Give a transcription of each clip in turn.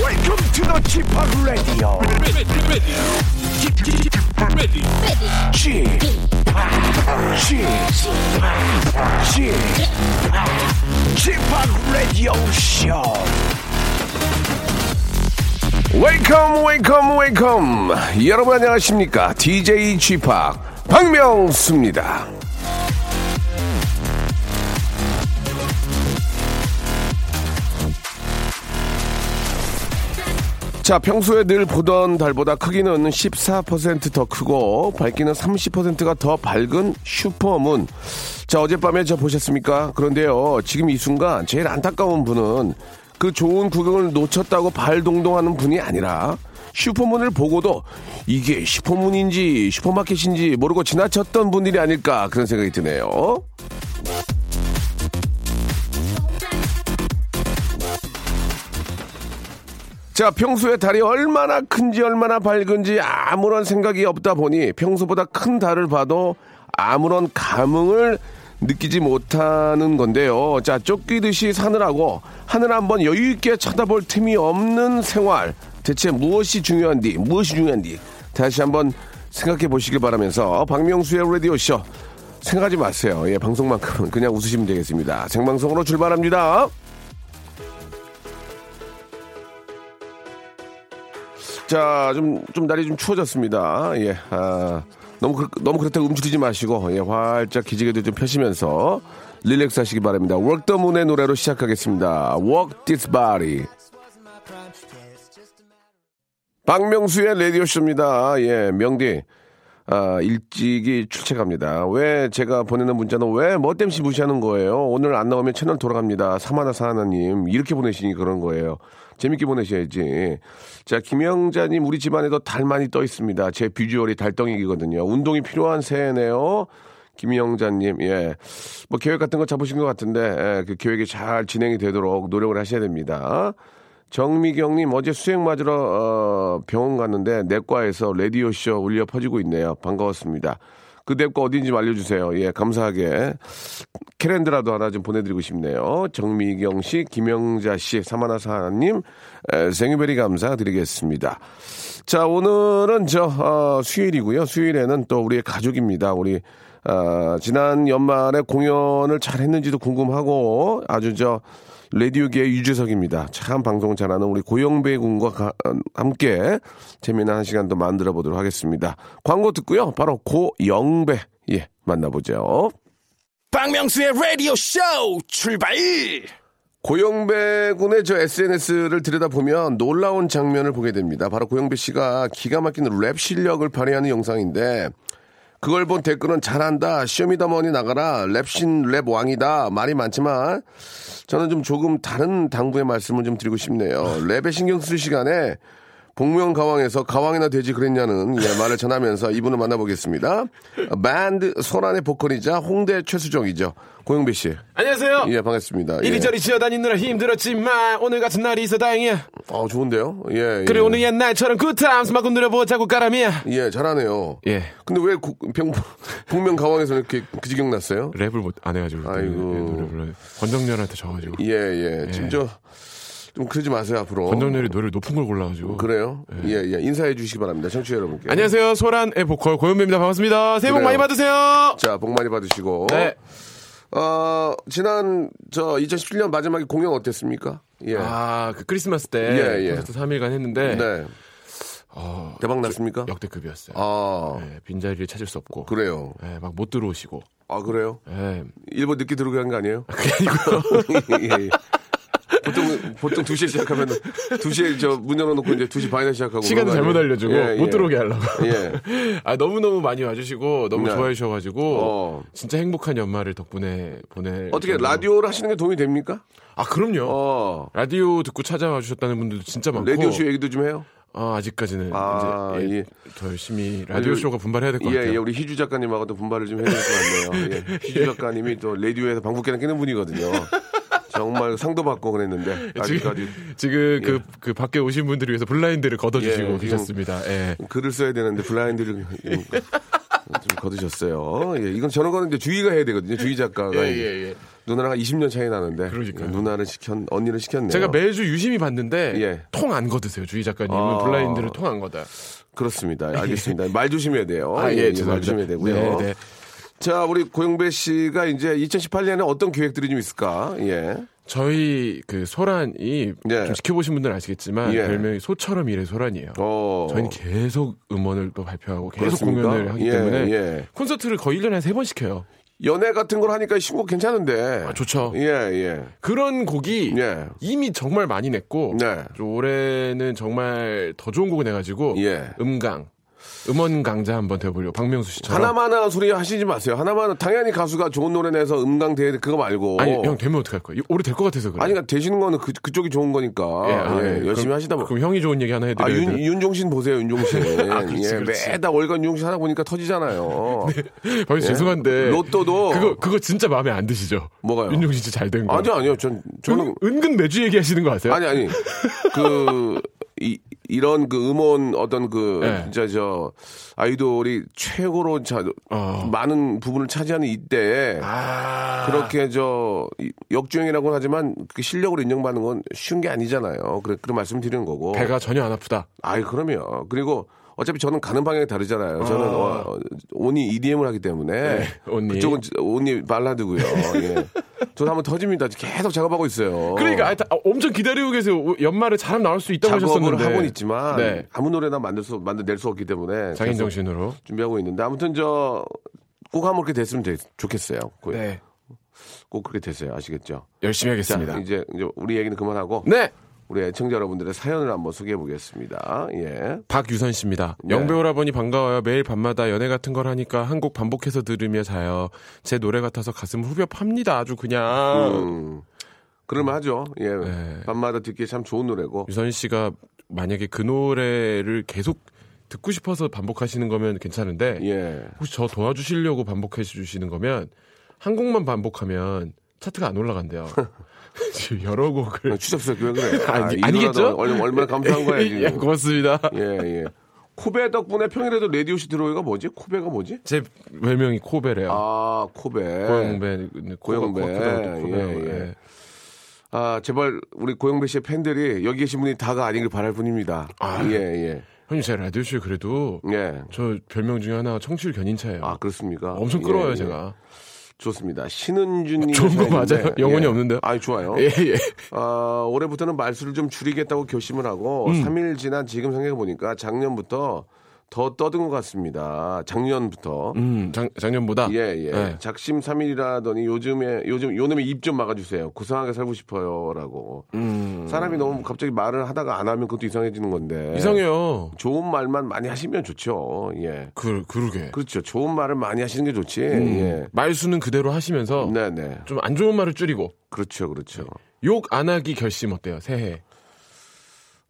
Welcome to the Chip Radio. ready, ready, ready, ready. Chip, Chip, Chip, Radio Show. Welcome, welcome, welcome. 여러분 안녕하십니까? DJ G p 박명수입니다. 자, 평소에 늘 보던 달보다 크기는 14%더 크고 밝기는 30%가 더 밝은 슈퍼문. 자, 어젯밤에 저 보셨습니까? 그런데요, 지금 이 순간 제일 안타까운 분은 그 좋은 구경을 놓쳤다고 발동동하는 분이 아니라 슈퍼문을 보고도 이게 슈퍼문인지 슈퍼마켓인지 모르고 지나쳤던 분들이 아닐까 그런 생각이 드네요. 자, 평소에 달이 얼마나 큰지 얼마나 밝은지 아무런 생각이 없다 보니 평소보다 큰 달을 봐도 아무런 감흥을 느끼지 못하는 건데요. 자, 쫓기듯이 사느라고 하늘 한번 여유 있게 쳐다볼 틈이 없는 생활. 대체 무엇이 중요한디? 무엇이 중요한디? 다시 한번 생각해 보시길 바라면서 박명수의 라디오쇼 생각하지 마세요. 예, 방송만큼은 그냥 웃으시면 되겠습니다. 생방송으로 출발합니다. 자, 좀, 좀 날이 좀 추워졌습니다. 예, 아, 너무, 그, 너무 그렇다고 움츠리지 마시고, 예, 활짝 기지개도 좀 펴시면서 릴렉스 하시기 바랍니다. Work the Moon의 노래로 시작하겠습니다. Walk this body. 박명수의 라디오쇼입니다. 예, 명디. 아, 일찍이 출첵합니다. 왜 제가 보내는 문자는 왜 뭐 땜시 무시하는 거예요? 오늘 안 나오면 채널 돌아갑니다. 사마나 사하나님. 이렇게 보내시니 그런 거예요. 재밌게 보내셔야지. 자, 김영자님, 우리 집안에도 달 많이 떠 있습니다. 제 비주얼이 달덩이거든요. 운동이 필요한 새해네요. 김영자님, 예. 뭐 계획 같은 거 잡으신 것 같은데, 예, 그 계획이 잘 진행이 되도록 노력을 하셔야 됩니다. 정미경님 어제 수액 맞으러 어, 병원 갔는데 내과에서 라디오 쇼 울려 퍼지고 있네요. 반가웠습니다. 그 내과 어디인지 좀 알려주세요. 예, 감사하게 캘린더라도 하나 좀 보내드리고 싶네요. 정미경 씨, 김영자 씨, 사마나 사님 생유베리 감사드리겠습니다. 자, 오늘은 저 어, 수요일이고요. 수요일에는 또 우리의 가족입니다. 우리 어, 지난 연말에 공연을 잘 했는지도 궁금하고 아주 저 라디오계의 유재석입니다. 참 방송 잘하는 우리 고영배 군과 가- 어, 함께 재미난 한 시간도 만들어 보도록 하겠습니다. 광고 듣고요. 바로 고영배 예 만나보죠. 박명수의 라디오 쇼 출발! 고영배 군의 저 SNS를 들여다보면 놀라운 장면을 보게 됩니다. 바로 고영배 씨가 기가 막힌 랩 실력을 발휘하는 영상인데 그걸 본 댓글은 잘한다, 쇼미더머니 나가라, 랩신 랩 왕이다 말이 많지만 저는 좀 조금 다른 당부의 말씀을 좀 드리고 싶네요. 랩에 신경 쓸 시간에 복면 가왕에서 가왕이나 되지 그랬냐는 예, 말을 전하면서 이분을 만나보겠습니다. 밴드 소란의 보컬이자 홍대 최수정이죠. 고영배 씨. 안녕하세요. 예, 반갑습니다. 예. 이리저리 지어다니느라 힘들었지만 오늘 같은 날이 있어 다행이야. 아 좋은데요? 예. 예. 그래 오늘 옛날처럼 굿타임스 마구 누려보자고 까람이야. 예 잘하네요. 예. 근데 왜 국, 병, 북면 가왕에서 이렇게 그 지경 났어요? 랩을 못 안 해가지고 그때 예, 아이고. 노래 불러요. 권정열한테 져가지고 예 예. 지금 저좀 그러지 마세요 앞으로. 권정열이 노래를 높은 걸 골라가지고. 그래요? 예 예. 인사해 주시기 바랍니다. 청취자 여러분께. 안녕하세요 소란의 보컬 고현배입니다 반갑습니다. 새해 복 그래요. 많이 받으세요. 자, 복 많이 받으시고. 네. 어, 지난 저 2017년 마지막에 공연 어땠습니까? 예. 아그 크리스마스 때 예, 예. 콘서트 3일간 했는데 네. 어, 대박 났습니까? 역대급이었어요. 아, 예, 빈자리를 찾을 수 없고 예, 그래요. 막 못 들어오시고 아, 그래요? 예. 일본 늦게 들어오게 한 거 아니에요? 그게 아니고요. 예, 예. 보통 보통 2시에 시작하면 2시에 저 문 열어 놓고 이제 2시 반에 시작하고 시간을 그런 잘못 거 아니에요? 알려주고 예, 못 예. 들어오게 하려고. 예. 아 너무 너무 많이 와주시고 너무 네. 좋아해 주셔가지고 어. 진짜 행복한 연말을 덕분에 보내. 어떻게 라디오를 하시는 게 도움이 됩니까? 아 그럼요. 어. 라디오 듣고 찾아와 주셨다는 분들도 진짜 많고. 라디오 쇼 얘기도 좀 해요. 아 아직까지는 아, 이제 예, 예. 더 열심히 라디오 쇼가 분발해야 될 것 예, 같아요. 예, 우리 희주 작가님하고도 분발을 좀 해야 될 것 같네요. 예. 희주 작가님이 또 라디오에서 방귀깨나 끼는 분이거든요. 정말 상도 받고 그랬는데 아직까지 지금 지금 그, 그 밖에 오신 분들을 위해서 블라인드를 걷어주시고 예, 지금- 계셨습니다. 예. 글을 써야 되는데 블라인드를 좀 거두셨어요. 예, 이건 저런 거는 이제 주희가 해야 되거든요. 주희 작가가 예, 예, 예. 누나랑 한 20년 차이 나는데. 그러니까요. 누나를 시켰, 언니를 시켰네요. 제가 매주 유심히 봤는데 어. 예. 통 안 걷으세요 주희 작가님은 아. 블라인드를 통 안 걷어요. 그렇습니다. 알겠습니다. 말 조심해야 돼요. 예. 아, 예, 어, 말 죄송합니다. 조심해야 되고요. 네, 네. 자, 우리 고영배 씨가 이제 2018년에 어떤 계획들이 좀 있을까? 예. 저희 그 소란이 예. 좀 지켜보신 분들은 아시겠지만 예. 별명이 소처럼 이래 소란이에요. 어. 저희는 계속 음원을 또 발표하고 계속 그렇습니까? 공연을 하기 예, 때문에 예. 콘서트를 거의 1년에 한 3번 시켜요. 연애 같은 걸 하니까 신곡 괜찮은데. 아, 좋죠. 예, 예. 그런 곡이 예. 이미 정말 많이 냈고 네. 좀 올해는 정말 더 좋은 곡을 내가지고 예. 음강 음원 강자 한번 되어보려고 박명수 씨처럼 하나마나 소리 하시지 마세요. 하나마나 당연히 가수가 좋은 노래 내서 음강 대회 그거 말고. 아니 형 되면 어떡할 거야 이- 올해 될 것 같아서 그래 아니, 그러니까 되시는 거는 그, 그쪽이 좋은 거니까. 예, 아, 예. 열심히 그럼- 하시다 보면. 그럼 형이 좋은 얘기 하나 아, 해드려야 윤, 돼 윤종신 보세요, 윤종신. 아, 그렇지, 예, 그렇지. 네. 매달 월간 윤종신 하다 보니까 터지잖아요. 박 죄송한데 예? 로또도- 그거 그거 진짜 마음에 안 드시죠 뭐가요? 윤종신 씨 잘 된 거 아니요, 아니요. 전, 저는. 은, 근 매주 얘기하시는 거 아세요? 아니, 아니. 그, 이, 이런 그 음원 어떤 그, 예. 진짜 저, 아이돌이 최고로 자, 어. 많은 부분을 차지하는 이때에. 아, 그렇게 저 이- 역주행이라고는 하지만 그 실력으로 인정받는 건 쉬운 게 아니잖아요. 그래, 그런 말씀 드리는 거고. 배가 전혀 안 아프다 아이 그럼요. 그리고 어차피 저는 가는 방향이 다르잖아요. 저는 어, 어, 온니 EDM을 하기 때문에 네, 온니. 그쪽은 온니 발라드고요. 예. 저는 한번 터집니다. 계속 작업하고 있어요. 그러니까 아, 다- 아, 엄청 기다리고 계세요 오- 연말에 잘하면 나올 수 있다고 뭐. 작업을 하셨었는데 하고는 있지만 네. 아무 노래나 만들 수 만들 낼수 없기 때문에 장인 계속 정신으로 준비하고 있는데 아무튼 저 꼭 한번 그렇게 됐으면 되- 좋겠어요. 꼭, 네 꼭 그렇게 되세요. 아시겠죠? 열심히 자, 하겠습니다 이제, 이제 우리 얘기는 그만하고 네 우리 애청자 여러분들의 사연을 한번 소개해 보겠습니다. 예. 박유선 씨입니다. 네. 영배오라버니 반가워요. 매일 밤마다 연애 같은 걸 하니까 한 곡 반복해서 들으며 자요. 제 노래 같아서 가슴 후벼 팝니다. 아주 그냥. 음, 그럴만 하죠. 예. 네. 밤마다 듣기 참 좋은 노래고. 유선 씨가 만약에 그 노래를 계속 듣고 싶어서 반복하시는 거면 괜찮은데 예. 혹시 저 도와주시려고 반복해 주시는 거면 한 곡만 반복하면 차트가 안 올라간대요. 지금 여러 곡을 추접스럽게 왜 그래? 아니, 아니겠죠? 얼, 얼마나 감사한 거야, 지금. 예, 고맙습니다. 예, 예. 코베 덕분에 평일에도 라디오시 들어오기가 뭐지? 코베가 뭐지? 제 외명이 코베래요. 아, 코베. 고영배, 고영배. 예, 예. 아, 제발 우리 고영배 씨의 팬들이 여기 계신 분이 다가 아니길 바랄 뿐입니다. 아. 예, 예. 형님 제 라디오쇼에 그래도 예. 저 별명 중에 하나 청취율 견인차예요. 아, 그렇습니까? 엄청 예, 끌어요 예. 제가. 좋습니다. 신은준 님. 좋은 거 맞아요? 영혼이 없는데요? 아니, 좋아요. 예 예. 아, 올해부터는 말수를 좀 줄이겠다고 결심을 하고 3일 지난 지금 생각해보니까 작년부터 더 떠든 것 같습니다. 작년부터. 음 작, 작년보다. 예, 예. 네. 작심 3일이라더니 요즘에, 요즘, 요놈의 입 좀 막아주세요. 고상하게 살고 싶어요. 라고. 사람이 너무 갑자기 말을 하다가 안 하면 그것도 음. 이상해지는 건데. 이상해요. 좋은 말만 많이 하시면 좋죠. 예. 그 그러게. 그렇죠. 좋은 말을 많이 하시는 게 좋지. 예. 말수는 그대로 하시면서 네네. 좀 안 좋은 말을 줄이고 그렇죠. 그렇죠. 욕 안 하기 결심 어때요 새해?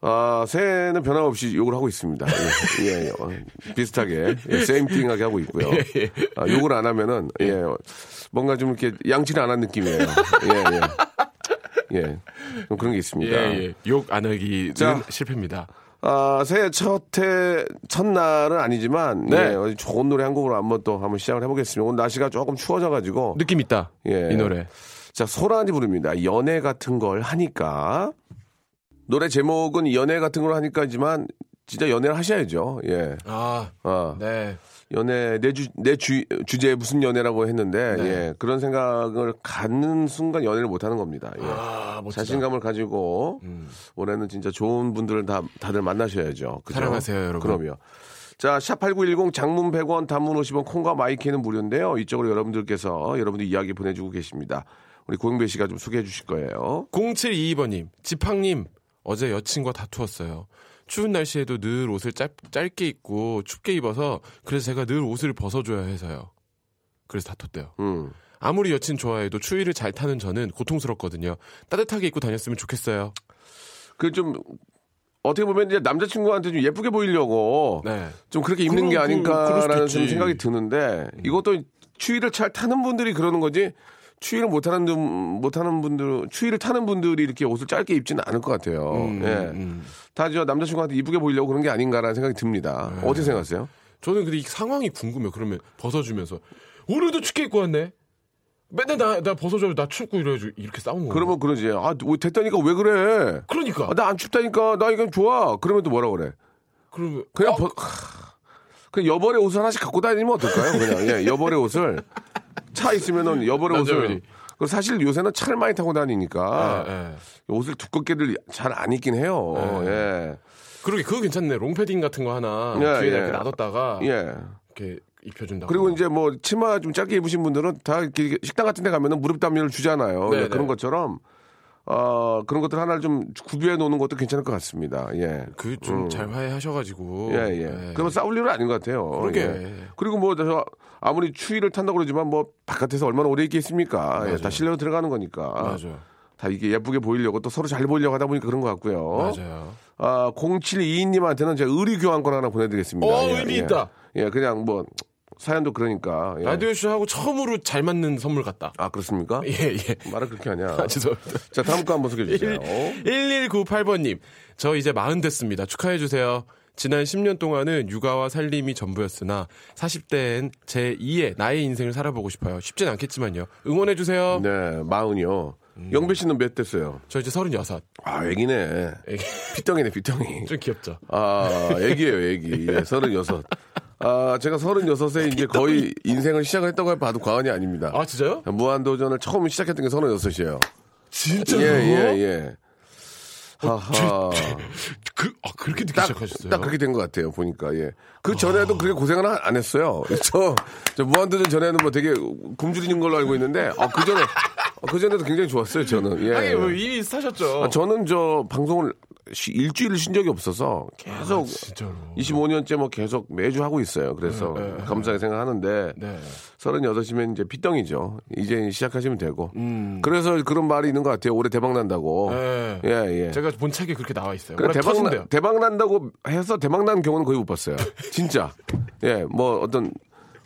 아, 새해는 변함없이 욕을 하고 있습니다. 예, 예, 예. 어, 비슷하게 예, 세임띵하게 하고 있고요. 예, 아, 욕을 안 하면은 예, 어, 뭔가 좀 이렇게 양치를 안 한 느낌이에요. 예, 예, 예, 좀 그런 게 있습니다. 예예. 그러니까 욕 안 하기 자. 실패입니다. 아, 새해 첫해 첫날은 아니지만 네. 예, 어디 좋은 노래 한 곡으로 한번 또 한번 시작을 해보겠습니다. 오늘 날씨가 조금 추워져가지고 느낌 있다. 예. 이 노래. 자, 소란이 부릅니다. 연애 같은 걸 하니까. 노래 제목은 연애 같은 걸 하니까지만 진짜 연애를 하셔야죠. 예. 아 아, 네. 연애 내 주 내 주, 주제 무슨 연애라고 했는데 네. 예. 그런 생각을 갖는 순간 연애를 못 하는 겁니다. 예. 아 멋지다. 음. 자신감을 가지고 올해는 진짜 좋은 분들을 다 다들 만나셔야죠. 그죠? 사랑하세요, 여러분. 그럼요. 자, 샵8910 장문 100원, 단문 50원, 콩과 마이키는 무료인데요. 이쪽으로 여러분들께서 여러분들 이야기 보내주고 계십니다. 우리 고영배 씨가 좀 소개해 주실 거예요. 0722번님, 지팡님, 어제 여친과 다투었어요. 추운 날씨에도 늘 옷을 짧, 짧게 입고 춥게 입어서 그래서 제가 늘 옷을 벗어줘야 해서요. 그래서 다퉜대요. 음. 아무리 여친 좋아해도 추위를 잘 타는 저는 고통스럽거든요. 따뜻하게 입고 다녔으면 좋겠어요. 그 좀 어떻게 보면 이제 남자친구한테 좀 예쁘게 보이려고 네. 좀 그렇게 입는 그럼 게 그- 아닌가라는 그럴 수도 좀 있지. 생각이 드는데 이것도 추위를 잘 타는 분들이 그러는 거지 추위를 못 타는 분- 못 타는 분들 추위를 타는 분들이 이렇게 옷을 짧게 입지는 않을 것 같아요. 음, 예. 음. 다저 남자친구한테 이쁘게 보이려고 그런 게 아닌가라는 생각이 듭니다. 네. 어떻게 음. 생각하세요? 저는 근데 이 상황이 궁금해요. 그러면 벗어주면서 오늘도 춥게 입고 왔네. 맨날 나, 나 벗어줘, 나 춥고 이래가지고 이렇게 싸운 거. 그러면 그러지. 아, 왜 됐다니까 왜 그래? 아, 그러니까. 나 안 춥다니까. 나 이건 좋아. 그러면 또 뭐라 그래? 그러면 그냥 버, 하, 그냥 여벌의 옷을 하나씩 갖고 다니면 어떨까요? 그냥 예, 여벌의 옷을 차 음. 있으면은 여벌의 남자분이. 옷을. 그 사실 요새는 차를 많이 타고 다니니까 예, 예. 옷을 두껍게를 잘 안 입긴 해요. 예. 그러게 그거 괜찮네. 롱패딩 같은 거 하나 예, 뒤에 예. 이렇게 놔뒀다가 예. 이렇게 입혀준다. 그리고 이제 뭐 치마 좀 짧게 입으신 분들은 다 이렇게 식당 같은 데 가면은 무릎 담요를 주잖아요. 네, 예, 네. 그런 것처럼 어, 그런 것들 하나를 좀 구비해 놓는 것도 괜찮을 것 같습니다. 예. 그 좀 잘 화해하셔가지고. 예, 예. 그러면 싸울 일은 아닌 것 같아요. 그러게. 예. 그리고 뭐, 저 아무리 추위를 탄다고 그러지만 뭐, 바깥에서 얼마나 오래 있겠습니까? 예, 다 실내로 들어가는 거니까. 맞아요. 다 이게 예쁘게 보이려고 또 서로 잘 보이려고 하다 보니까 그런 것 같고요. 맞아요. 아, 0722님한테는 제가 의류 교환권 하나 보내드리겠습니다. 어, 의미 있다. 예, 그냥 뭐, 사연도 그러니까. 예. 라디오쇼하고 처음으로 잘 맞는 선물 같다. 아, 그렇습니까? 예, 예. 말을 그렇게 하냐. 아, 죄송합니다. 자, 다음 거 한번 소개해 주세요. 1198번님, 저 이제 마흔 됐습니다. 축하해주세요. 지난 10년 동안은 육아와 살림이 전부였으나 40대엔 제 2의 나의 인생을 살아보고 싶어요. 쉽진 않겠지만요. 응원해주세요. 네, 마흔이요. 영배 씨는 몇 됐어요? 저 이제 36. 아, 애기네. 음. 애기. 피덩이네, 피덩이. 좀 귀엽죠? 아, 애기예요, 애기. 예, 36. 아, 제가 36에 이제 거의 인생을 시작을 했다고 봐도 과언이 아닙니다. 아, 진짜요? 무한도전을 처음 시작했던 게 36이에요. 예, 진짜요? 예, 예. 하하. 그, 아, 그렇게 늦게 딱, 시작하셨어요? 아. 딱 그렇게 된 것 같아요, 보니까, 예. 그 전에도 그렇게 고생을 안- 안 했어요. 저, 저 무한도전 전에는 뭐 되게 굶주리는 걸로 알고 있는데, 아, 그 전에, 그 전에도 굉장히 좋았어요, 저는. 예. 아니, 뭐 이미 사셨죠? 아, 저는 저 방송을 쉬- 일주일을 쉰 적이 없어서 계속 아, 진짜로. 25년째 뭐 계속 매주 하고 있어요. 그래서 감사하게 생각하는데 네. 38이면 이제 피덩이죠. 이제 시작하시면 되고. 그래서 그런 말이 있는 것 같아요. 올해 대박 난다고. 음. 네. 예, 예. 제가 본 책에 그렇게 나와 있어요. 그래, 원래 대박, 터진대요. 나, 대박 난다고 해서 대박 난 경우는 거의 못 봤어요. 진짜. 예, 뭐 어떤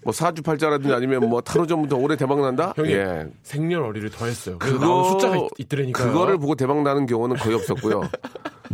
뭐 사주팔자라든지 아니면 뭐 타로 전부터 올해 대박 난다? 형님 예. 생년월일을 더했어요. 그래서 나온 숫자가 있, 있더라니까. 그거를 보고 대박 나는 경우는 거의 없었고요.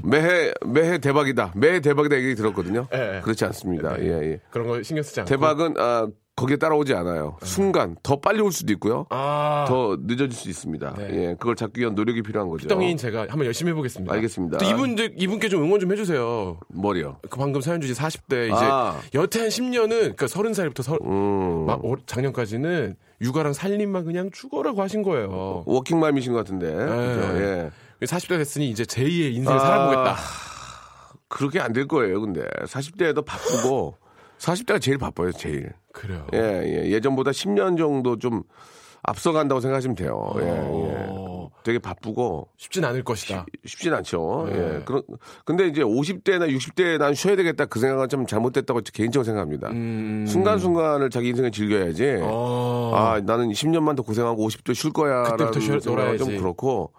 매해 매해 대박이다. 매해 대박이다 얘기 들었거든요. 예, 예. 그렇지 않습니다. 예, 예. 그런 거 신경 쓰지 않고. 대박은 아, 거기에 따라오지 않아요. 순간 더 빨리 올 수도 있고요. 예. 아. 더 늦어질 수 있습니다. 네. 예, 그걸 잡기 위한 노력이 필요한 거죠. 덩이인 제가 한번 열심히 해보겠습니다. 알겠습니다. 또 이분들 이분께 좀 응원 좀 해주세요. 머리요. 그 방금 사연 주신 40대 이제 아. 음. 여태 한 10년은 그러니까 30살부터 서, 막 올- 작년까지는 육아랑 살림만 그냥 죽어라고 하신 거예요. 워킹맘이신 것 같은데. 그죠? 예. 40대 됐으니 이제 제2의 인생을 아. 살아보겠다. 그렇게 안 될 거예요. 근데 40대에도 바쁘고 40대가 제일 바빠요. 제일. 그래요. 예, 예. 예전보다 10년 정도 좀 앞서간다고 생각하시면 돼요. 예, 예. 어. 되게 바쁘고 쉽진 않을 것이다. 쉽진 않죠. 네. 예. 그런 근데 이제 50대나 60대에 난 쉬어야 되겠다 그 생각은 좀 잘못됐다고 개인적으로 생각합니다. 순간순간을 자기 인생을 즐겨야지. 음, 어. 아, 나는 10년만 더 고생하고 50도 쉴 거야라는 그때부터 쉬어- 생각은 좀 놀아야지. 그렇고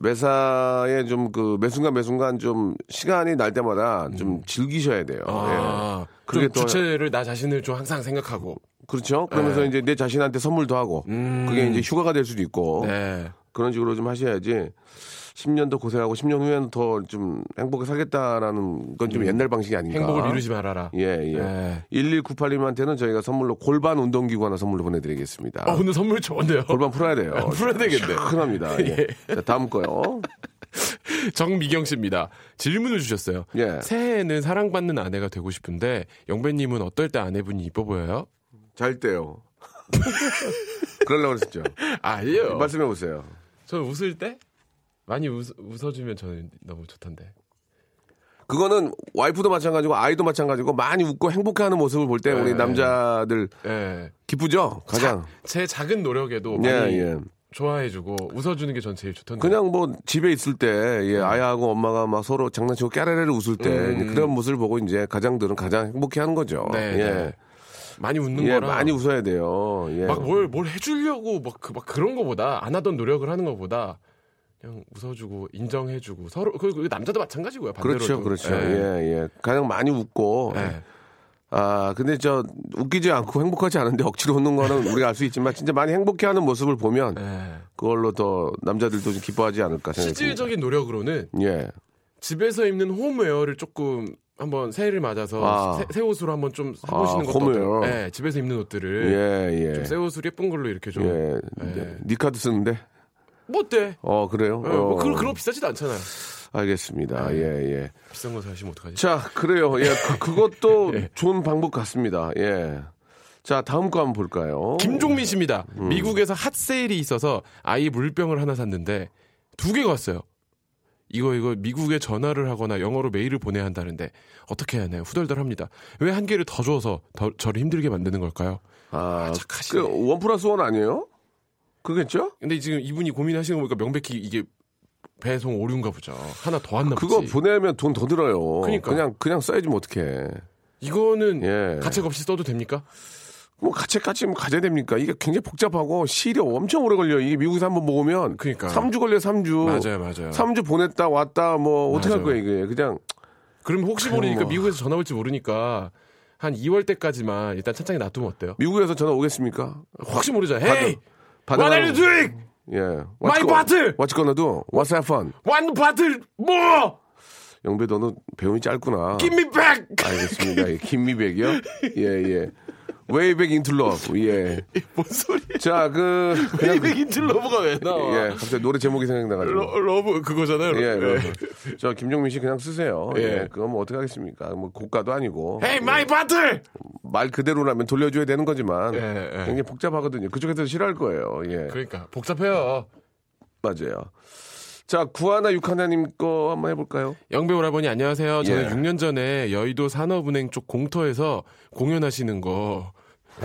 매사에 좀 그 매순간 매순간 좀 시간이 날 때마다 좀 즐기셔야 돼요. 예. 음. 아, 그게 좀 또- 주체를 나 자신을 좀 항상 생각하고. 그렇죠. 그러면서 네. 이제 내 자신한테 선물도 하고 그게 이제 휴가가 될 수도 있고 음. 네. 그런 식으로 좀 하셔야지 10년 더 고생하고 10년 후에는 더 좀 행복하게 살겠다라는 건 좀 옛날 방식이 아닌가. 음. 행복을 이루지 말아라. 예, 예. 네. 1198님한테는 저희가 선물로 골반 운동기구 하나 선물로 보내드리겠습니다. 아, 오늘 선물 좋은데요. 골반 풀어야 돼요. 아, 풀어야 되겠네. 큰합니다. 예. 자, 다음 거요. 정미경 씨입니다. 질문을 주셨어요. 예. 새해에는 사랑받는 아내가 되고 싶은데 영배님은 어떨 때 아내분이 이뻐 보여요? 잘 때요. 그러려고 그랬었죠. 아니요. 말씀해 보세요. 저는 웃을 때 많이 웃, 웃어주면 저는 너무 좋던데. 그거는 와이프도 마찬가지고 아이도 마찬가지고 많이 웃고 행복해하는 모습을 볼 때 우리 예. 남자들 예. 기쁘죠? 가장. 제 작은 노력에도 예, 많이 예. 좋아해주고 웃어주는 게 전 제일 좋던데. 그냥 뭐 집에 있을 때 예, 아야하고 엄마가 막 서로 장난치고 깨라레를 웃을 때 이제 그런 모습을 보고 이제 가장들은 가장 행복해하는 거죠. 음. 네, 예. 네. 많이 웃는 예, 거라. 많이 웃어야 돼요. 예. 막뭘 뭘 해주려고 막, 그, 막 그런 거보다 안 하던 노력을 하는 거보다 그냥 웃어주고 인정해주고 서로 그, 그 남자도 네. 마찬가지고요. 반대로 그렇죠, 그렇죠. 예, 예. 가장 많이 웃고. 아, 근데 저 웃기지 않고 행복하지 않은데 억지로 웃는 거는 우리가 알 수 있지만 진짜 많이 행복해하는 모습을 보면 네. 그걸로 더 남자들도 좀 기뻐하지 않을까 생각합니다. 실질적인 노력으로는 예. 집에서 입는 홈웨어를 조금 한번 새해를 맞아서 아. 새, 새 옷으로 한번 좀 아, 사보시는 것도 홈을. 어떨- 네, 집에서 입는 옷들을 예, 예. 좀 새 옷으로 예쁜 걸로 이렇게 좀. 예. 예. 니 카드 쓰는데? 뭐 어때? 어, 그래요? 어, 뭐 어, 그런 그런 거 비싸지도 않잖아요. 알겠습니다. 예. 예, 예. 비싼 거 사시면 어떡하지? 자, 그래요. 예, 그, 것도 좋은 방법 같습니다. 예. 자, 다음 거 한번 볼까요? 김종민 씨입니다. 음. 미국에서 핫세일이 있어서 아이 물병을 하나 샀는데 두 개가 왔어요. 이거 이거 미국에 전화를 하거나 영어로 메일을 보내야 한다는데 어떻게 해야 하나요? 후덜덜합니다. 왜 한 개를 더 줘서 더- 저를 힘들게 만드는 걸까요? 아, 착하시네. 그, 원 플러스 원 아니에요? 그겠죠? 근데 지금 이분이 고민하시는 거 보니까 명백히 이게 배송 오류인가 보죠. 하나 더 왔나 그거 보지. 보내면 돈 더 들어요. 그러니까. 냥 그냥 써야지 뭐 어떡해. 이거는 예. 가책 없이 써도 됩니까? 뭐 가채까지 뭐 가져야 됩니까? 이게 굉장히 복잡하고 시일이 엄청 오래 걸려요. 이게 미국에서 한번 모으면 그러니까. 3주 걸려요, 3주. 맞아요, 맞아요. 3주 보냈다 왔다 뭐 어떻게 할 어. 거야, 맞아요. 이게. 그냥 그럼 혹시 모르니까 뭐. 미국에서 전화 올지 모르니까 한 2월 때까지만 일단 찬장에 놔두면 어때요? 미국에서 전화 오겠습니까? 혹시 모르죠. 헤이! 받아 What are you doing? 예. My bottle! 왓츠 건너도 What's that fun? One bottle more! 영배 너는 배움이 짧구나. Give me back! 알겠습니다. 예, 김미백이요? 예, 예. Way back into love. 예. 뭔 소리야? 자, 그 그냥 Back into love가 왜 나와? 예, 갑자기 노래 제목이 생각나 가지고. 러, 러브 그거잖아요. 예, 러브. 그럼 저 김종민 씨 그냥 쓰세요. 예, 네. 예. 그건 뭐 어떻게 하겠습니까? 뭐 고가도 아니고 Hey, my bottle! 말 그대로라면 돌려줘야 되는 거지만 예, 예. 굉장히 복잡하거든요. 그쪽에서 싫어할 거예요. 예, 그러니까 복잡해요. 맞아요. 자, 구하나 육하나님 거 한번 해볼까요? 영배 오라버니 안녕하세요. 저는 예. 6년 전에 여의도 산업은행 쪽 공터에서 공연하시는 거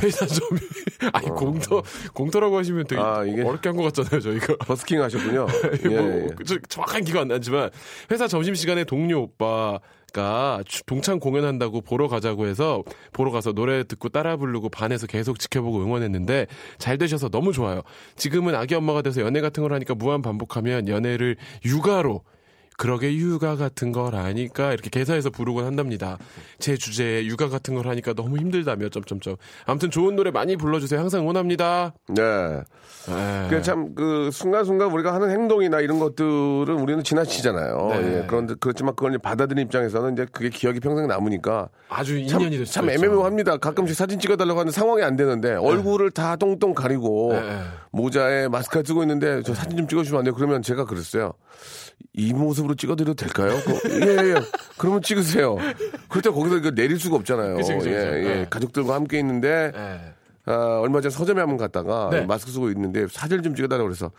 회사 좀 아니 공터 공터라고 하시면 되게 어. 아, 이게? 어렵게 한 것 같잖아요 저희가. 버스킹 하셨군요. 예, 뭐, 예. 그, 저, 정확한 기가 안 나지만 회사 점심 시간에 동료 오빠가 주- 동창 공연한다고 보러 가자고 해서 보러 가서 노래 듣고 따라 부르고 반에서 계속 지켜보고 응원했는데 잘 되셔서 너무 좋아요. 지금은 아기 엄마가 돼서 연애 같은 걸 하니까 무한 반복하면 연애를 육아로 그러게 육아 같은 걸 하니까 이렇게 개사해서 부르곤 한답니다. 제 주제에 육아 같은 걸 하니까 너무 힘들다며 점점점. 아무튼 좋은 노래 많이 불러주세요. 항상 응원합니다. 네. 에. 그참그 순간순간 우리가 하는 행동이나 이런 것들은 우리는 지나치잖아요. 네. 예. 그런데 그렇지만 그걸 이제 받아들인 입장에서는 이제 그게 기억이 평생 남으니까 아주 참, 인연이 됐어요. 참 애매모호합니다. 가끔씩 사진 찍어달라고 하는데 상황이 안 되는데 얼굴을 다 똥똥 가리고 네, 네. 모자에 마스크 쓰고 있는데 저 사진 좀 찍어주시면 안 돼요? 그러면 제가 그랬어요. 이 모습으로 찍어드려도 될까요? 그, 예, 예. 그러면 찍으세요. 그렇다고 거기서 이거 내릴 수가 없잖아요. 그치, 그치, 예, 그치. 예. 네. 가족들과 함께 있는데 에. 아, 얼마 전에 서점에 한번 갔다가 네. 마스크 쓰고 있는데 사진 좀 찍어달라고 그래서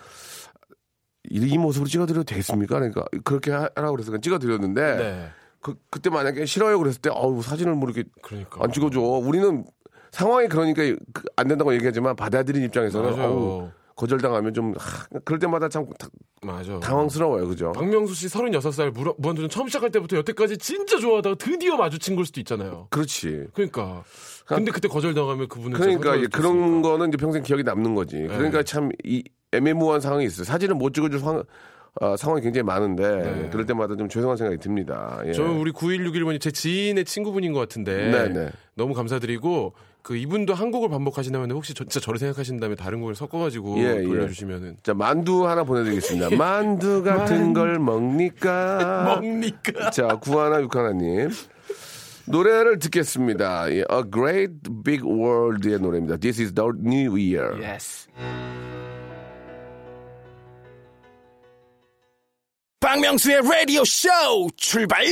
이, 이 모습으로 찍어드려도 되겠습니까? 그러니까 그렇게 하- 하라고 그래서 그냥 찍어드렸는데 네. 그, 그때 만약에 싫어요 그랬을 때 어우 사진을 뭐 이렇게 그러니까. 안 찍어줘. 우리는 상황이 그러니까 그- 안 된다고 얘기하지만 받아들인 입장에서는 맞아요. 어. 어우, 거절당하면 좀 하, 그럴 때마다 참 다- 맞아. 당황스러워요. 그죠? 박명수 씨 36살 무라- 무한도전 처음 시작할 때부터 여태까지 진짜 좋아하다가 드디어 마주친 걸 수도 있잖아요. 그렇지. 그러니까. 근데 그때 거절당하면 그분은 진짜 그러니까 이제 거절당할 그런 수 그렇죠. 있으니까. 네. 거는 이제 평생 기억이 남는 거지. 그러니까 참 이 애매모호한 상황이 있어요. 사진을 못 찍어줄 상황, 어, 상황이 굉장히 많은데 그럴 때마다 좀 죄송한 생각이 듭니다. 예. 네. 저는 예. 우리 9161번이 제 지인의 친구분인 것 같은데 네, 네. 너무 감사드리고 그 이분도 한 곡을 반복하시다면 혹시 저- 진짜 저를 생각하신 다음에 다른 곡을 섞어가지고 예, 예. 돌려주시면은 자 만두 하나 보내드리겠습니다. 만두 같은 걸 먹니까? 뭡니까? 자 구하나 육하나님 노래를 듣겠습니다. 예, A Great Big World의 노래입니다. This is the New Year. 예스. 박명수의 라디오 쇼 출발!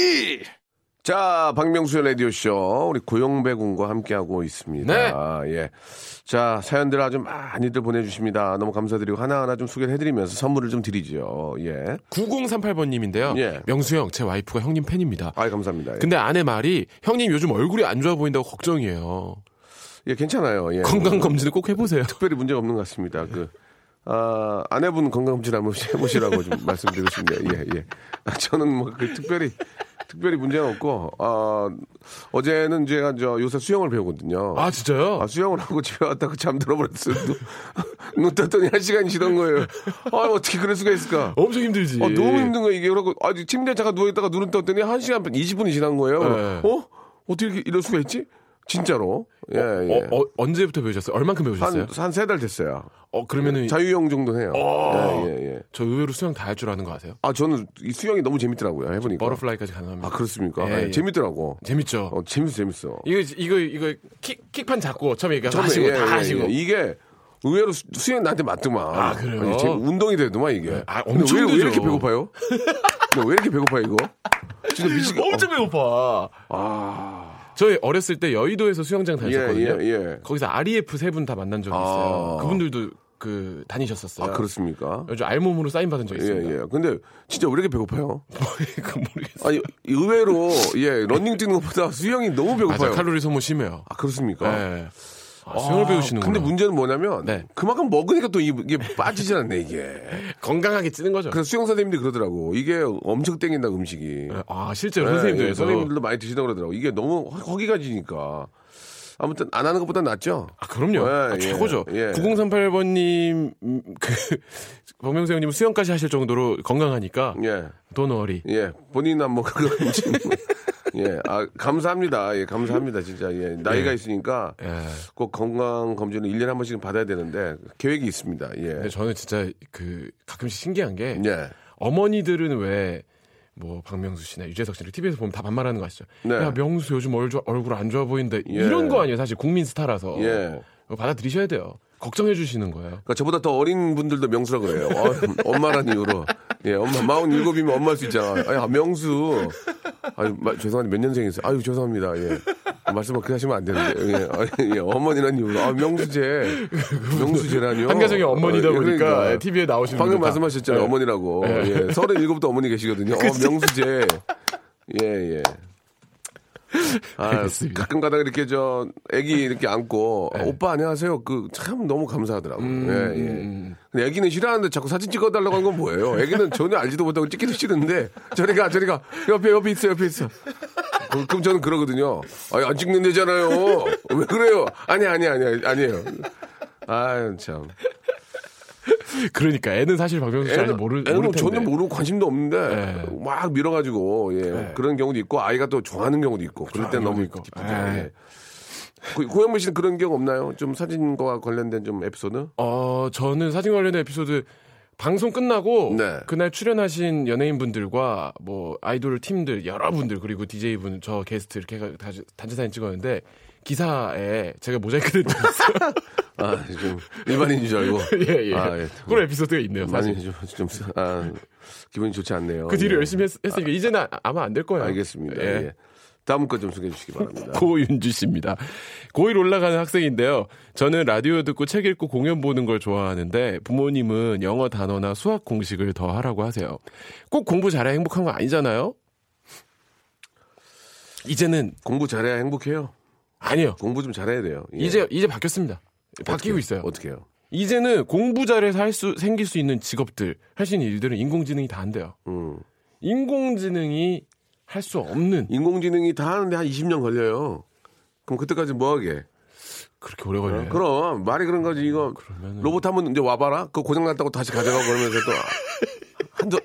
자, 박명수의 라디오쇼, 우리 고용배 군과 함께하고 있습니다. 네. 아, 예. 자, 사연들 아주 많이들 보내주십니다. 너무 감사드리고 하나하나 좀 소개를 해드리면서 선물을 좀 드리죠. 예. 9038번님인데요. 예. 명수 형, 제 와이프가 형님 팬입니다. 아이, 감사합니다. 예. 근데 아내 말이 형님 요즘 얼굴이 안 좋아 보인다고 걱정이에요. 예, 괜찮아요. 예. 건강 검진을 꼭 해보세요. 특별히 문제가 없는 것 같습니다. 그, 아, 아내분 건강검진 한번 해보시라고 좀 말씀드리고 싶네요. 예, 예. 아, 저는 뭐, 그, 특별히, 특별히 문제가 없고, 아, 어제는 제가 저 요새 수영을 배우거든요. 아 진짜요? 아, 수영을 하고 집에 왔다가 잠들어 버렸어요. 눈 떴더니 한 시간이 지난 거예요. 아, 어떻게 그럴 수가 있을까? 엄청 힘들지. 아, 너무 힘든 거야, 이게. 그러고, 아, 침대에 잠깐 누워있다가 눈을 떴더니 한 시간 반, 20분이 지난 거예요. 네. 어? 어떻게 이렇게 이럴 수가 있지? 진짜로. 예, 예. 어, 어, 언제부터 배우셨어요? 얼만큼 배우셨어요? 한한 세 달 됐어요. 어 그러면은 자유형 정도 해요. 어. 예, 예, 예. 저 의외로 수영 다 할 줄 아는 거 아세요? 아 저는 이 수영이 너무 재밌더라고요. 해보니까. 버터플라이까지 가능합니다. 아 그렇습니까? 예, 예, 예. 재밌더라고. 재밌죠. 어, 재밌어 재밌어. 이거 이거 이거 킥 킥판 잡고 처음에 얘기하고 처음에, 하시고 예, 다 예, 하시고 예. 이게 의외로 수- 수영 나한테 맞더만. 아, 그래요? 아니, 재- 운동이 되더만 이게. 아, 근데 엄청 왜, 왜 되죠. 이렇게 배고파요? 근데 왜 이렇게 배고파 이거? 진짜 미치게. 엄청 배고파. 저희 어렸을 때 여의도에서 수영장 다녔었거든요. 아. 예, 예, 예. 거기서 REF 세 분 다 만난 적이 있어요. 그분들도 그 다니셨었어요. 아 그렇습니까? 요즘 알몸으로 사인 받은 적이 예, 있습니다. 예. 근데 진짜 왜 이렇게 배고파요? 그 모르겠어요. 아니, 의외로, 예, 런닝 뛰는 것보다 수영이 너무 맞아, 배고파요. 칼로리 소모 심해요. 아, 그렇습니까? 예. 아, 수영을 배우시는구나. 근데 문제는 뭐냐면, 네. 그만큼 먹으니까 또 이게 이게 빠지질 않네, 이게. 건강하게 찌는 거죠. 그래서 수영 선생님들이 그러더라고. 이게 엄청 땡긴다, 음식이. 아 실제로 예, 예, 선생님들에서 선생님들도 많이 드시다고 그러더라고. 이게 너무 허- 허기가지니까. 아무튼 안 하는 것보다 낫죠? 아, 그럼요. 아, 예, 최고죠. 예. 9038번님, 그, 박명수 형님 수영까지 하실 정도로 건강하니까, 예. 도너리. 예, 본인은 뭐 그런지. 예, 아, 감사합니다. 예, 감사합니다. 진짜. 예, 나이가 예. 있으니까 예. 꼭 건강 검진을 1년에 한 번씩 받아야 되는데 계획이 있습니다. 예. 근데 저는 진짜 그, 가끔씩 신기한 게, 예. 어머니들은 왜, 뭐, 박명수 씨나 유재석 씨를 TV에서 보면 다 반말하는 거 아시죠? 네. 야, 명수 요즘 얼- 얼굴 안 좋아 보인다. 예. 이런 거 아니에요. 사실 국민 스타라서. 예. 이거 받아들이셔야 돼요. 걱정해 주시는 거예요. 그러니까 저보다 더 어린 분들도 명수라 그래요. 어, 엄마란 이유로. 예, 엄마 47이면 엄마일 수 있잖아. 아유, 아, 명수. 아유, 마- 죄송한데 몇 년생이세요? 아유, 죄송합니다. 예. 말씀을 그렇게 하시면 안 되는데. 예, 아니, 예, 어머니란 이유로. 아, 명수제. 명수제라니요. 한 가정의 어머니다 어, 예, 보니까 그러니까. TV에 나오시는 방금 분들 다. 말씀하셨잖아요. 예. 어머니라고. 예. 37도 어머니 계시거든요. 어, 명수제. 예, 예. 아, 알겠습니다. 네. 가끔 가다 이렇게 저 아기 이렇게 안고 아, 오빠 안녕하세요. 그 참 너무 감사하더라고요. 음, 예, 예. 근데 아기는 싫어하는데 자꾸 사진 찍어달라고 하는 건 뭐예요? 아기는 전혀 알지도 못하고 찍기도 싫은데 저리가 저리가 옆에 옆에 있어 옆에 있어. 그- 그럼 저는 그러거든요. 아니 안 찍는데잖아요. 왜 그래요? 아니 아니 아니 아니에요. 아유 참. 그러니까 애는 사실 박명수 씨 아니 모를, 모를 애는 뭐 텐데. 예. 전혀 모르고 관심도 없는데 막 밀어가지고 예. 그런 경우도 있고 아이가 또 좋아하는 경우도 있고 그럴 그렇죠. 때 너무 경우도 있고. 기쁘죠. 예. 고- 고현무 씨는 그런 경우 없나요? 좀 사진과 관련된 좀 에피소드? 어, 저는 사진 관련된 에피소드 방송 끝나고 네. 그날 출연하신 연예인분들과 뭐 아이돌 팀들 여러분들 그리고 DJ분 저 게스트 이렇게 해가 단체 사진 찍었는데 기사에 제가 모자이크 된적 있어요. 아, 좀 일반인인 줄 알고. 예, 예. 아, 예. 그런 에피소드가 있네요, 사실. 많이 좀, 좀 아, 기분이 좋지 않네요. 그 예. 뒤로 열심히 했, 으니까 이제는 아- 아마 안 될 거예요. 알겠습니다. 예. 예. 다음 거 좀 소개해 주시기 바랍니다. 고윤주 씨입니다. 고1 올라가는 학생인데요. 저는 라디오 듣고 책 읽고 공연 보는 걸 좋아하는데 부모님은 영어 단어나 수학 공식을 더 하라고 하세요. 꼭 공부 잘해야 행복한 거 아니잖아요? 이제는 공부 잘해야 행복해요. 아니요. 공부 좀 잘해야 돼요. 예. 이제 이제 바뀌었습니다. 바뀌고 있어요. 어떻게 해요? 이제는 공부 잘해서 할 수 생길 수 있는 직업들 할 수 있는 일들은 인공지능이 다 한대요. 음. 인공지능이 할 수 없는 인공지능이 다 하는데 한 20년 걸려요. 그럼 그때까지 뭐 하게? 그렇게 오래 걸려요. 그럼 말이 그런 거지 이거 네. 그러면은- 로봇 한번 이제 와봐라 그 고장 났다고 다시 가져가고 그러면서 또 한도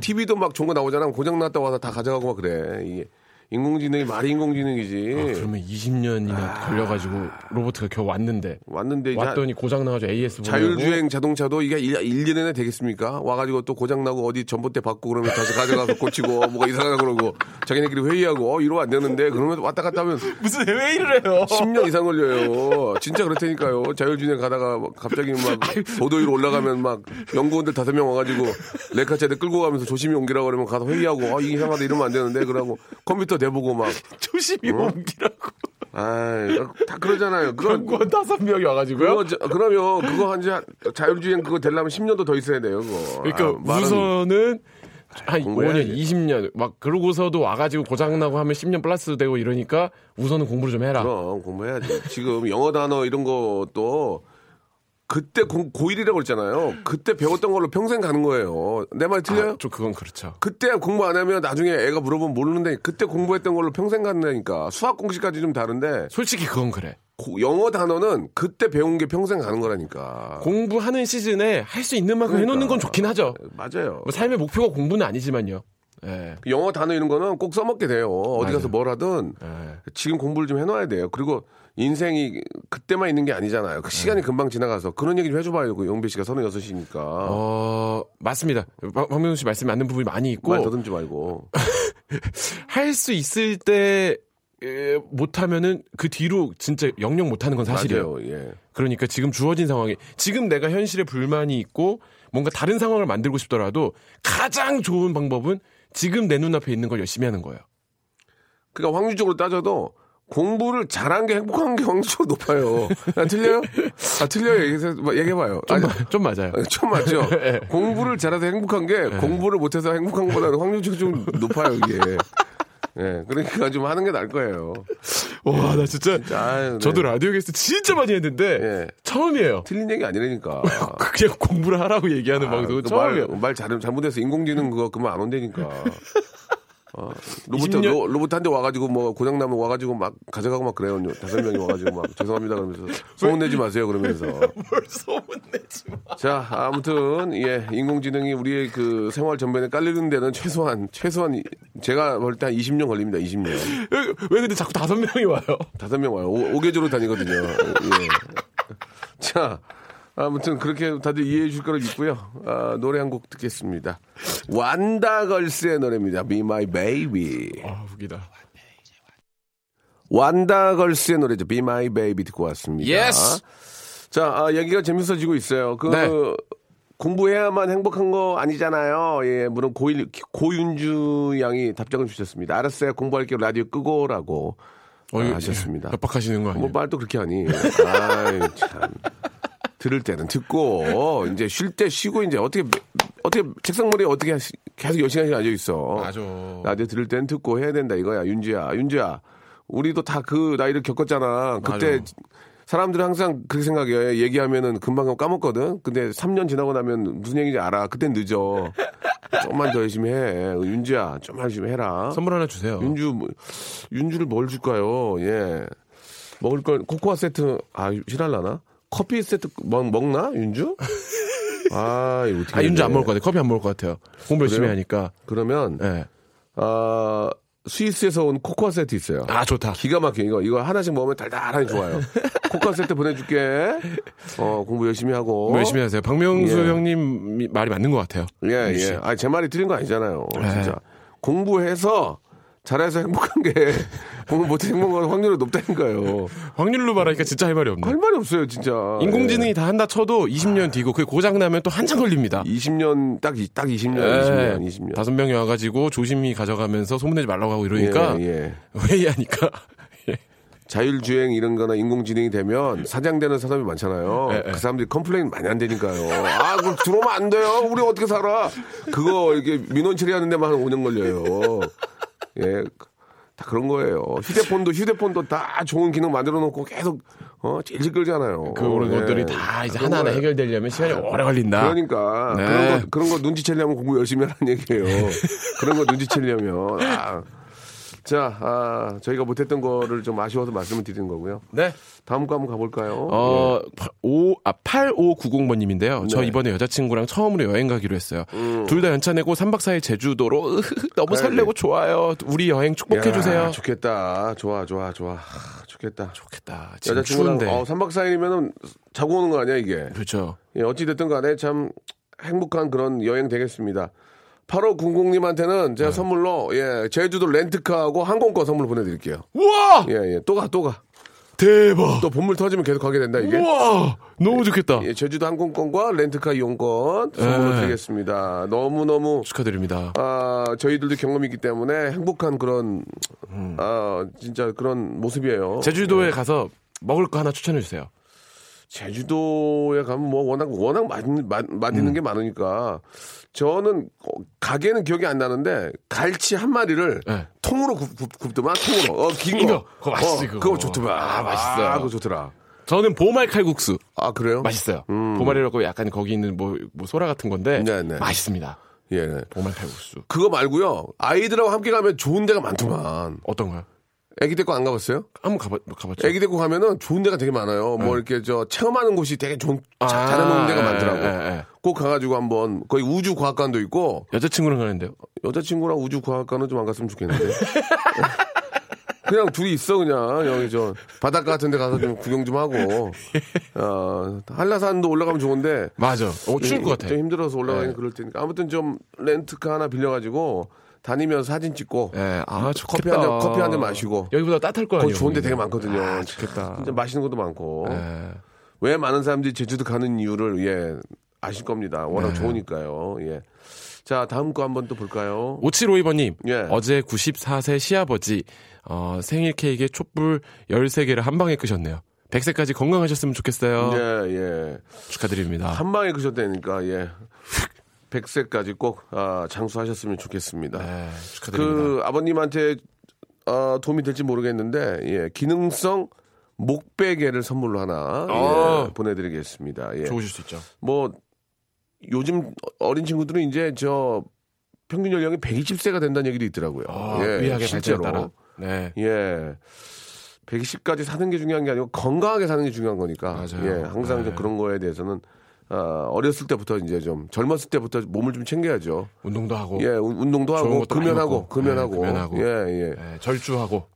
TV도 막 좋은 거 나오잖아 고장 났다 고 와서 다 가져가고 막 그래 이게 인공지능이 말이 인공지능이지 아, 그러면 20년이나 아. 걸려가지고 로봇가 겨우 왔는데 왔는데 이제 왔더니 고장 나가지고 AS 보내고 자율주행 자동차도 이게 1, 일년에 되겠습니까? 와가지고 또 고장나고 어디 전봇대 받고 그러면 다시 가져가서 고치고 뭐가 이상하다 그러고 자기네끼리 회의하고 어, 이러면 안 되는데 그러면 왔다 갔다 하면 무슨 왜 이래요? 10년 이상 걸려요. 진짜 그렇다니까요. 자율주행 가다가 막 갑자기 막 보도 위로 올라가면 막 연구원들 다섯 명 와가지고 레카차에 끌고 가면서 조심히 옮기라고 그러면 가서 회의하고 아 이게 이상하다 이러면 안 되는데 그러고 컴퓨터 대보고 막 조심히 옮기라고 아이 다 그러잖아요. 그건 연구원 다섯 명이 와가지고요. 그거 저- 그러면 그거 한지 한- 자율주행 그거 되려면 10년도 더 있어야 돼요. 그거. 그러니까 아, 말은- 우선은 한 공부해야지. 5년, 20년 막 그러고서도 와가지고 고장 나고 하면 10년 플러스 되고 이러니까 우선은 공부를 좀 해라. 그럼 공부해야지. 지금 영어 단어 이런 것도 그때 고, 고1이라고 그랬잖아요. 그때 배웠던 걸로 평생 가는 거예요. 내 말 틀려요? 아, 좀 그건 그렇죠. 그때 공부 안 하면 나중에 애가 물어보면 모르는데 그때 공부했던 걸로 평생 간다니까 수학 공식까지 좀 다른데 솔직히 그건 그래. 고- 영어 단어는 그때 배운 게 평생 가는 거라니까 공부하는 시즌에 할 수 있는 만큼 그러니까. 해놓는 건 좋긴 하죠. 맞아요 뭐 삶의 목표가 공부는 아니지만요. 예. 영어 단어 이런 거는 꼭 써먹게 돼요 어디 가서 뭘 하든 예. 지금 공부를 좀 해놔야 돼요. 그리고 인생이 그때만 있는 게 아니잖아요. 그 시간이 금방 지나가서 그런 얘기 좀 해줘봐요. 그 영배 씨가 36이니까. 네. 어, 맞습니다. 박- 박명수 씨 말씀 맞는 부분이 많이 있고 말 더듬지 말고. 할 수 있을 때 에, 못하면은 그 뒤로 진짜 영영 못하는 건 사실이에요. 맞아요. 예. 그러니까 지금 주어진 상황에 지금 내가 현실에 불만이 있고 뭔가 다른 상황을 만들고 싶더라도 가장 좋은 방법은 지금 내 눈앞에 있는 걸 열심히 하는 거예요. 그러니까 확률적으로 따져도 공부를 잘한 게 행복한 게 확률적으로 높아요. 아, 틀려요? 아, 틀려요. 얘기해서- 얘기해봐요. 좀, 예. 아니, 마- 좀 맞아요. 아, 좀 맞죠? 공부를 잘해서 행복한 게 예. 공부를 못해서 행복한 것보다는 확률적으로 좀 높아요, 이게. 예, 그러니까 좀 하는 게 나을 거예요. 와, 나 진짜, 아유, 네. 저도 라디오 게스트 진짜 많이 했는데 예. 처음이에요. 틀린 얘기 아니라니까. 그냥 공부를 하라고 얘기하는 방송은 그 아, 처음이에요. 말, 말 잘, 잘못해서 인공지능 그거 그만 안 온다니까. 어, 로봇, 20년 로, 로봇 한 대 와가지고 뭐 고장나면 와가지고 막 가져가고 막 그래요. 다섯 명이 와가지고 막 죄송합니다 그러면서 소문내지 마세요 그러면서. 뭘 소문내지 마. 자, 아무튼 예, 인공지능이 우리의 그 생활 전반에 깔리는 데는 최소한 최소한 이- 제가 볼 때 한 20년 걸립니다. 20년. 왜, 왜 근데 자꾸 다섯 명이 와요? 다섯 명 와요. 오, 개조로 다니거든요. 예. 자, 아무튼 그렇게 다들 이해해 줄 거를 믿고요. 아, 노래 한 곡 듣겠습니다. 완다걸스의 노래입니다. Be My Baby. 아, 웃기다. 완다걸스의 노래죠. Be My Baby 듣고 왔습니다. Yes. 자, 아, 얘기가 재밌어지고 있어요. 그 네. 공부해야만 행복한 거 아니잖아요. 예, 물론 고일, 고윤주 양이 답장을 주셨습니다. 알았어요. 공부할게요. 라디오 끄고라고 아, 어, 이거 하셨습니다. 협박하시는 거 아니에요? 예. 뭐 말도 그렇게 하니. 아이, 참. 들을 때는 듣고 이제 쉴 때 쉬고 이제 어떻게 어떻게 책상 머리에 어떻게 하시- 계속 열 시간씩 앉아 있어. 맞아. 라디오 들을 땐 듣고 해야 된다 이거야 윤지야 윤지야 우리도 다 그 나이를 겪었잖아 그때 맞아. 사람들은 항상 그렇게 생각해 얘기하면은 금방 까먹거든 근데 3년 지나고 나면 무슨 얘기인지 알아 그땐 늦어 좀만 더 열심히 해 윤지야 좀만 열심히 해라 선물 하나 주세요. 윤주 뭐- 윤주를 뭘 줄까요 예 먹을 걸 코코아 세트 아 실할라나 커피 세트 먹, 먹나 윤주 아 이거 어떻게 아, 윤주 해야 안 돼. 먹을 것 같아요. 커피 안 먹을 것 같아요. 공부 열심히 그래요? 하니까. 그러면 예. 아 스위스에서 온 코코아 세트 있어요 아, 좋다. 기가 막혀 이거 이거 하나씩 먹으면 달달하니 좋아요. 코카 세트 보내줄게. 어 공부 열심히 하고. 공부 뭐 열심히 하세요. 박명수 예. 형님 이- 말이 맞는 것 같아요. 예 예. 아제 말이 틀린 거 아니잖아요. 네. 진짜 공부해서 잘해서 행복한 게 공부 못해 행복한 확률이 높다니까요. 확률로 말하니까 진짜 할 말이 없네. 할 말이 없어요 진짜. 인공지능이 다 한다 쳐도 아. 20년 뒤고 그게 고장 나면 또 한참 걸립니다. 예. 20년 딱 딱 20년 예, 예. 20년 20년. 다섯 명이 와가지고 조심히 가져가면서 소문내지 말라고 하고 이러니까 예, 예. 회의하니까 예. 자율주행 이런 거나 인공지능이 되면 사장되는 사람이 많잖아요. 예, 예. 그 사람들이 컴플레인 많이 안 되니까요. 아, 그럼 들어오면 안 돼요. 우리 어떻게 살아? 그거 이렇게 민원 처리하는 데만 한 5년 걸려요. 예. 다 그런 거예요. 휴대폰도 휴대폰도 다 좋은 기능 만들어 놓고 계속 어, 질질 끌잖아요. 그런 예. 것들이 다 이제 그런 하나하나 거예요. 아, 해결되려면 시간이 오래 걸린다. 그러니까 네. 그런 거 그런 거 눈치채려면 공부 열심히 하라는 얘기예요. 그런 거 눈치채려면 아. 자, 아, 저희가 못했던 거를 좀 아쉬워서 말씀을 드리는 거고요. 네. 다음 다음 거 한번 가볼까요? 어, 5, 아, 8590번님인데요. 저 예. 네. 음. 이번에 여자친구랑 처음으로 여행 가기로 했어요. 둘 다 연차 내고 3박 4일 제주도로 너무 가야지. 설레고 좋아요. 우리 여행 축복해주세요. 네. 야, 좋겠다. 좋아, 좋아, 좋아. 아, 좋겠다. 좋겠다. 지금 여자친구랑 추운데. 어, 3박 4일이면 자고 오는 거 아니야, 이게? 그렇죠. 예, 어찌됐든 간에 참 행복한 그런 여행 되겠습니다. 8500님한테는 네. 제가 선물로, 예, 제주도 렌트카하고 항공권 선물 보내드릴게요. 우와! 예, 예. 또 가, 또 가. 대박! 또 본물 터지면 계속 가게 된다, 이게. 우와! 너무 좋겠다. 예, 제주도 항공권과 렌트카 이용권 선물로 예. 드리겠습니다. 너무너무 축하드립니다. 아, 저희들도 경험이 있기 때문에 행복한 그런, 아, 진짜 그런 모습이에요. 음. 제주도에 가서 먹을 거 하나 추천해주세요. 제주도에 가면 뭐 워낙, 워낙 맛, 맛, 음. 맛있는 게 많으니까 저는 어, 가게는 기억이 안 나는데 갈치 한 마리를 네. 통으로 굽, 굽, 굽더만 통으로. 어, 긴 거. 이거, 그거 맛있지, 어, 그거. 그거 좋더라. 아, 맛있어요. 아, 그거 좋더라. 저는 보말 칼국수. 아, 그래요? 맛있어요. 보말이라고 약간 거기 있는 뭐, 뭐 소라 같은 건데. 음. 네네. 맛있습니다. 예. 보말 칼국수. 그거 말고요. 아이들하고 함께 가면 좋은 데가 많더만. 어떤가요? 애기 데리고 안 가봤어요? 한번 가봐, 가봤죠. 애기 데리고 가면은 좋은 데가 되게 많아요. 뭐 이렇게 저 체험하는 곳이 되게 좋은 네. 아, 자- 잘해놓은 데가 예, 많더라고. 예, 예. 꼭 가가지고 한번 거기 우주 과학관도 있고 여자친구랑 가는데요. 여자친구랑 우주 과학관은 좀 안 갔으면 좋겠는데. 그냥 둘이 있어 그냥 여기 저 바닷가 같은 데 가서 좀 구경 좀 하고 어, 한라산도 올라가면 좋은데 맞아. 어, 추울 것 같아. 좀 힘들어서 올라가긴 네. 그럴 테니까 아무튼 좀 렌트카 하나 빌려가지고 다니면서 사진 찍고 예, 아, 커피 한 잔, 커피 한 잔 마시고. 여기보다 따뜻할 거 거기 아니에요. 좋은 데 되게 거기는. 많거든요. 아, 좋겠다. 진짜 맛있는 것도 많고 예. 왜 많은 사람들이 제주도 가는 이유를 예 아실 겁니다. 워낙 좋으니까요. 예. 자 다음 거 한번 또 볼까요? 5752번님, 예. 어제 94세 시아버지, 어, 생일 케이크에 촛불 13개를 한 방에 끄셨네요. 100세까지 건강하셨으면 좋겠어요. 예 예. 축하드립니다. 한 방에 그셨다니까 예. 100세까지 꼭 아, 장수하셨으면 좋겠습니다. 예, 축하드립니다. 그 아버님한테 어, 도움이 될지 모르겠는데 예, 기능성 목베개를 선물로 하나 아. 예, 보내드리겠습니다. 예. 좋으실 수 있죠. 뭐 요즘 어린 친구들은 이제 저 평균 연령이 120세가 된다는 얘기도 있더라고요. 아, 의학의 발전에 따라. 네. 예. 120까지 사는 게 중요한 게 아니고 건강하게 사는 게 중요한 거니까. 맞아요. 예. 항상 네. 좀 그런 거에 대해서는 아, 어렸을 때부터 이제 좀 젊었을 때부터 몸을 좀 챙겨야죠. 운동도 하고, 예, 운- 운동도 어, 좋은 하고 것도 많이 금연하고 먹고. 금연하고. 예, 금연하고. 예, 예. 예, 절주하고.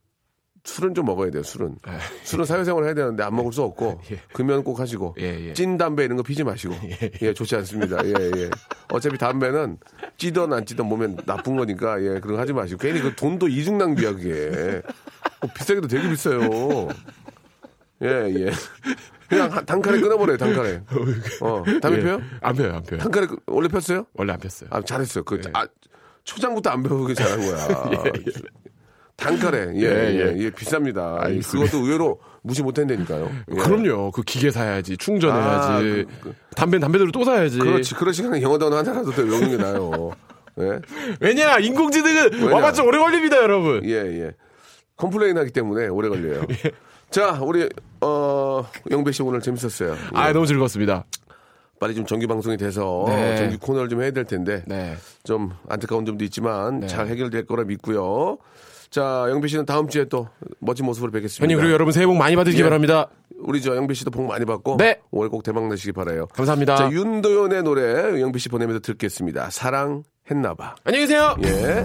술은 좀 먹어야 돼요. 술은. 예. 술은 사회생활 을 해야 되는데 안 먹을 수 없고 예. 금연 꼭 하시고 예, 예. 찐 담배 이런 거 피지 마시고 예, 좋지 않습니다. 예, 예. 어차피 담배는 찌든 안 찌든 몸에 나쁜 거니까 예 그런 거 하지 마시고 괜히 그 돈도 이중 낭비야 그게 어, 비싸기도 되게 비싸요. 예 예. 그냥 한- 단칼에 끊어버려요 단칼에. 어 담배 예. 펴요? 안 펴요, 안 펴요. 단칼에 끊- 원래 폈어요? 원래 안 폈어요. 아 잘했어요. 예. 그 아, 초장부터 안 배우게 잘한 거야. 단칼에 예예 예, 비쌉니다. 알겠습니다. 그것도 의외로 무시 못한다니까요. 예. 그럼요. 그 기계 사야지, 아, 충전해야지. 담배 담배대로 또 사야지. 그렇지 그런 시간에 영어 단어 하나라도 더 외우는 게 나요. 예 왜냐, 인공지능은 와봤자 오래 걸립니다, 여러분. 예, 예. 컴플레인 하기 때문에 오래 걸려요. 예. 자, 우리, 어, 영배 씨 오늘 재밌었어요. 예. 아, 너무 즐거웠습니다. 빨리 좀 정규 방송이 돼서 네. 정규 코너를 좀 해야 될 텐데 네. 좀 안타까운 점도 있지만 잘 해결될 거라 믿고요. 자, 영배 씨는 다음 주에 또 멋진 모습으로 뵙겠습니다. 형님, 그리고 여러분 새해 복 많이 받으시기 예. 바랍니다. 우리 저 영배 씨도 복 많이 받고 네. 올해 꼭 대박 나시기 바라요. 감사합니다. 자, 윤도현의 노래 영배 씨 보내면서 듣겠습니다. 사랑했나봐. 안녕히 계세요. 예.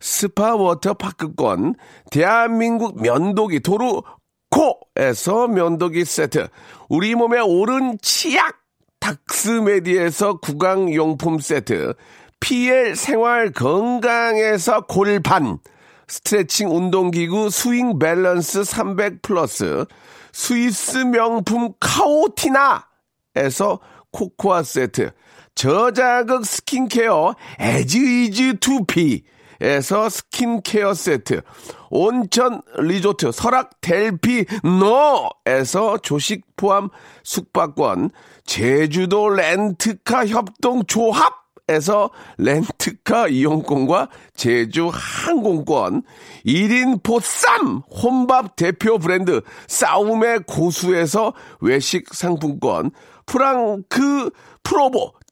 스파 워터 파크권 대한민국 면도기 도루 코에서 면도기 세트 우리 몸의 오른 치약 닥스메디에서 구강용품 세트, PL 생활 건강에서 골반, 스트레칭 운동기구 스윙 밸런스 300 플러스, 스위스 명품 카오티나에서 코코아 세트, 저자극 스킨케어 에즈이즈 투피, 에서 스킨케어 세트, 온천 리조트 설악 델피 노에서 조식 포함 숙박권, 제주도 렌트카 협동 조합 에서 렌트카 이용권과 제주 항공권, 1인 보쌈 혼밥 대표 브랜드 싸움의 고수에서 외식 상품권, 프랑크 프로보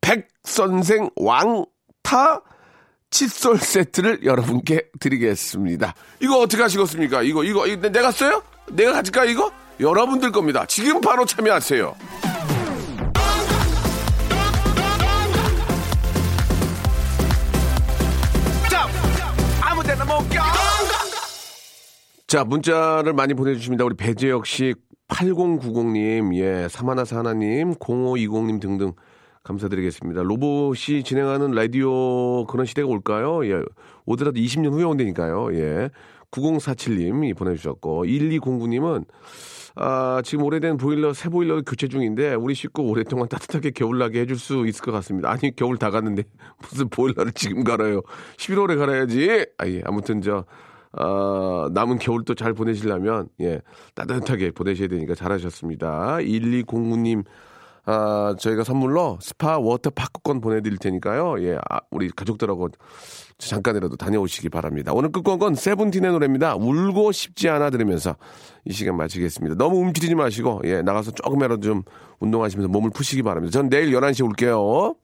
백선생 왕타 칫솔 세트를 여러분께 드리겠습니다. 이거 어떻게 하시겠습니까? 이거, 이거, 이거 내가 써요? 내가 가질까, 이거? 여러분들 겁니다. 지금 바로 참여하세요. 자, 문자를 많이 보내주십니다. 우리 배재혁 씨, 8090님, 예, 사마나사 하나님, 0520님 등등 감사드리겠습니다. 로봇이 진행하는 라디오 그런 시대가 올까요? 예, 오더라도 20년 후에 온다니까요. 예. 9047님이 보내주셨고, 1209님은, 아, 지금 오래된 보일러, 새 보일러 교체 중인데, 우리 식구 오랫동안 따뜻하게 겨울나게 해줄 수 있을 것 같습니다. 아니, 겨울 다 갔는데, 무슨 보일러를 지금 갈아요. 11월에 갈아야지. 아, 예, 아무튼 저, 아, 남은 겨울 또 잘 보내시려면, 예, 따뜻하게 보내셔야 되니까 잘하셨습니다. 1209님, 아, 저희가 선물로 스파 워터파크권 보내드릴 테니까요. 예, 아, 우리 가족들하고 잠깐이라도 다녀오시기 바랍니다. 오늘 끝곡 건 세븐틴의 노래입니다. 울고 싶지 않아 들으면서 이 시간 마치겠습니다. 너무 움츠리지 마시고, 예, 나가서 조금이라도 좀 운동하시면서 몸을 푸시기 바랍니다. 전 내일 11시에 올게요.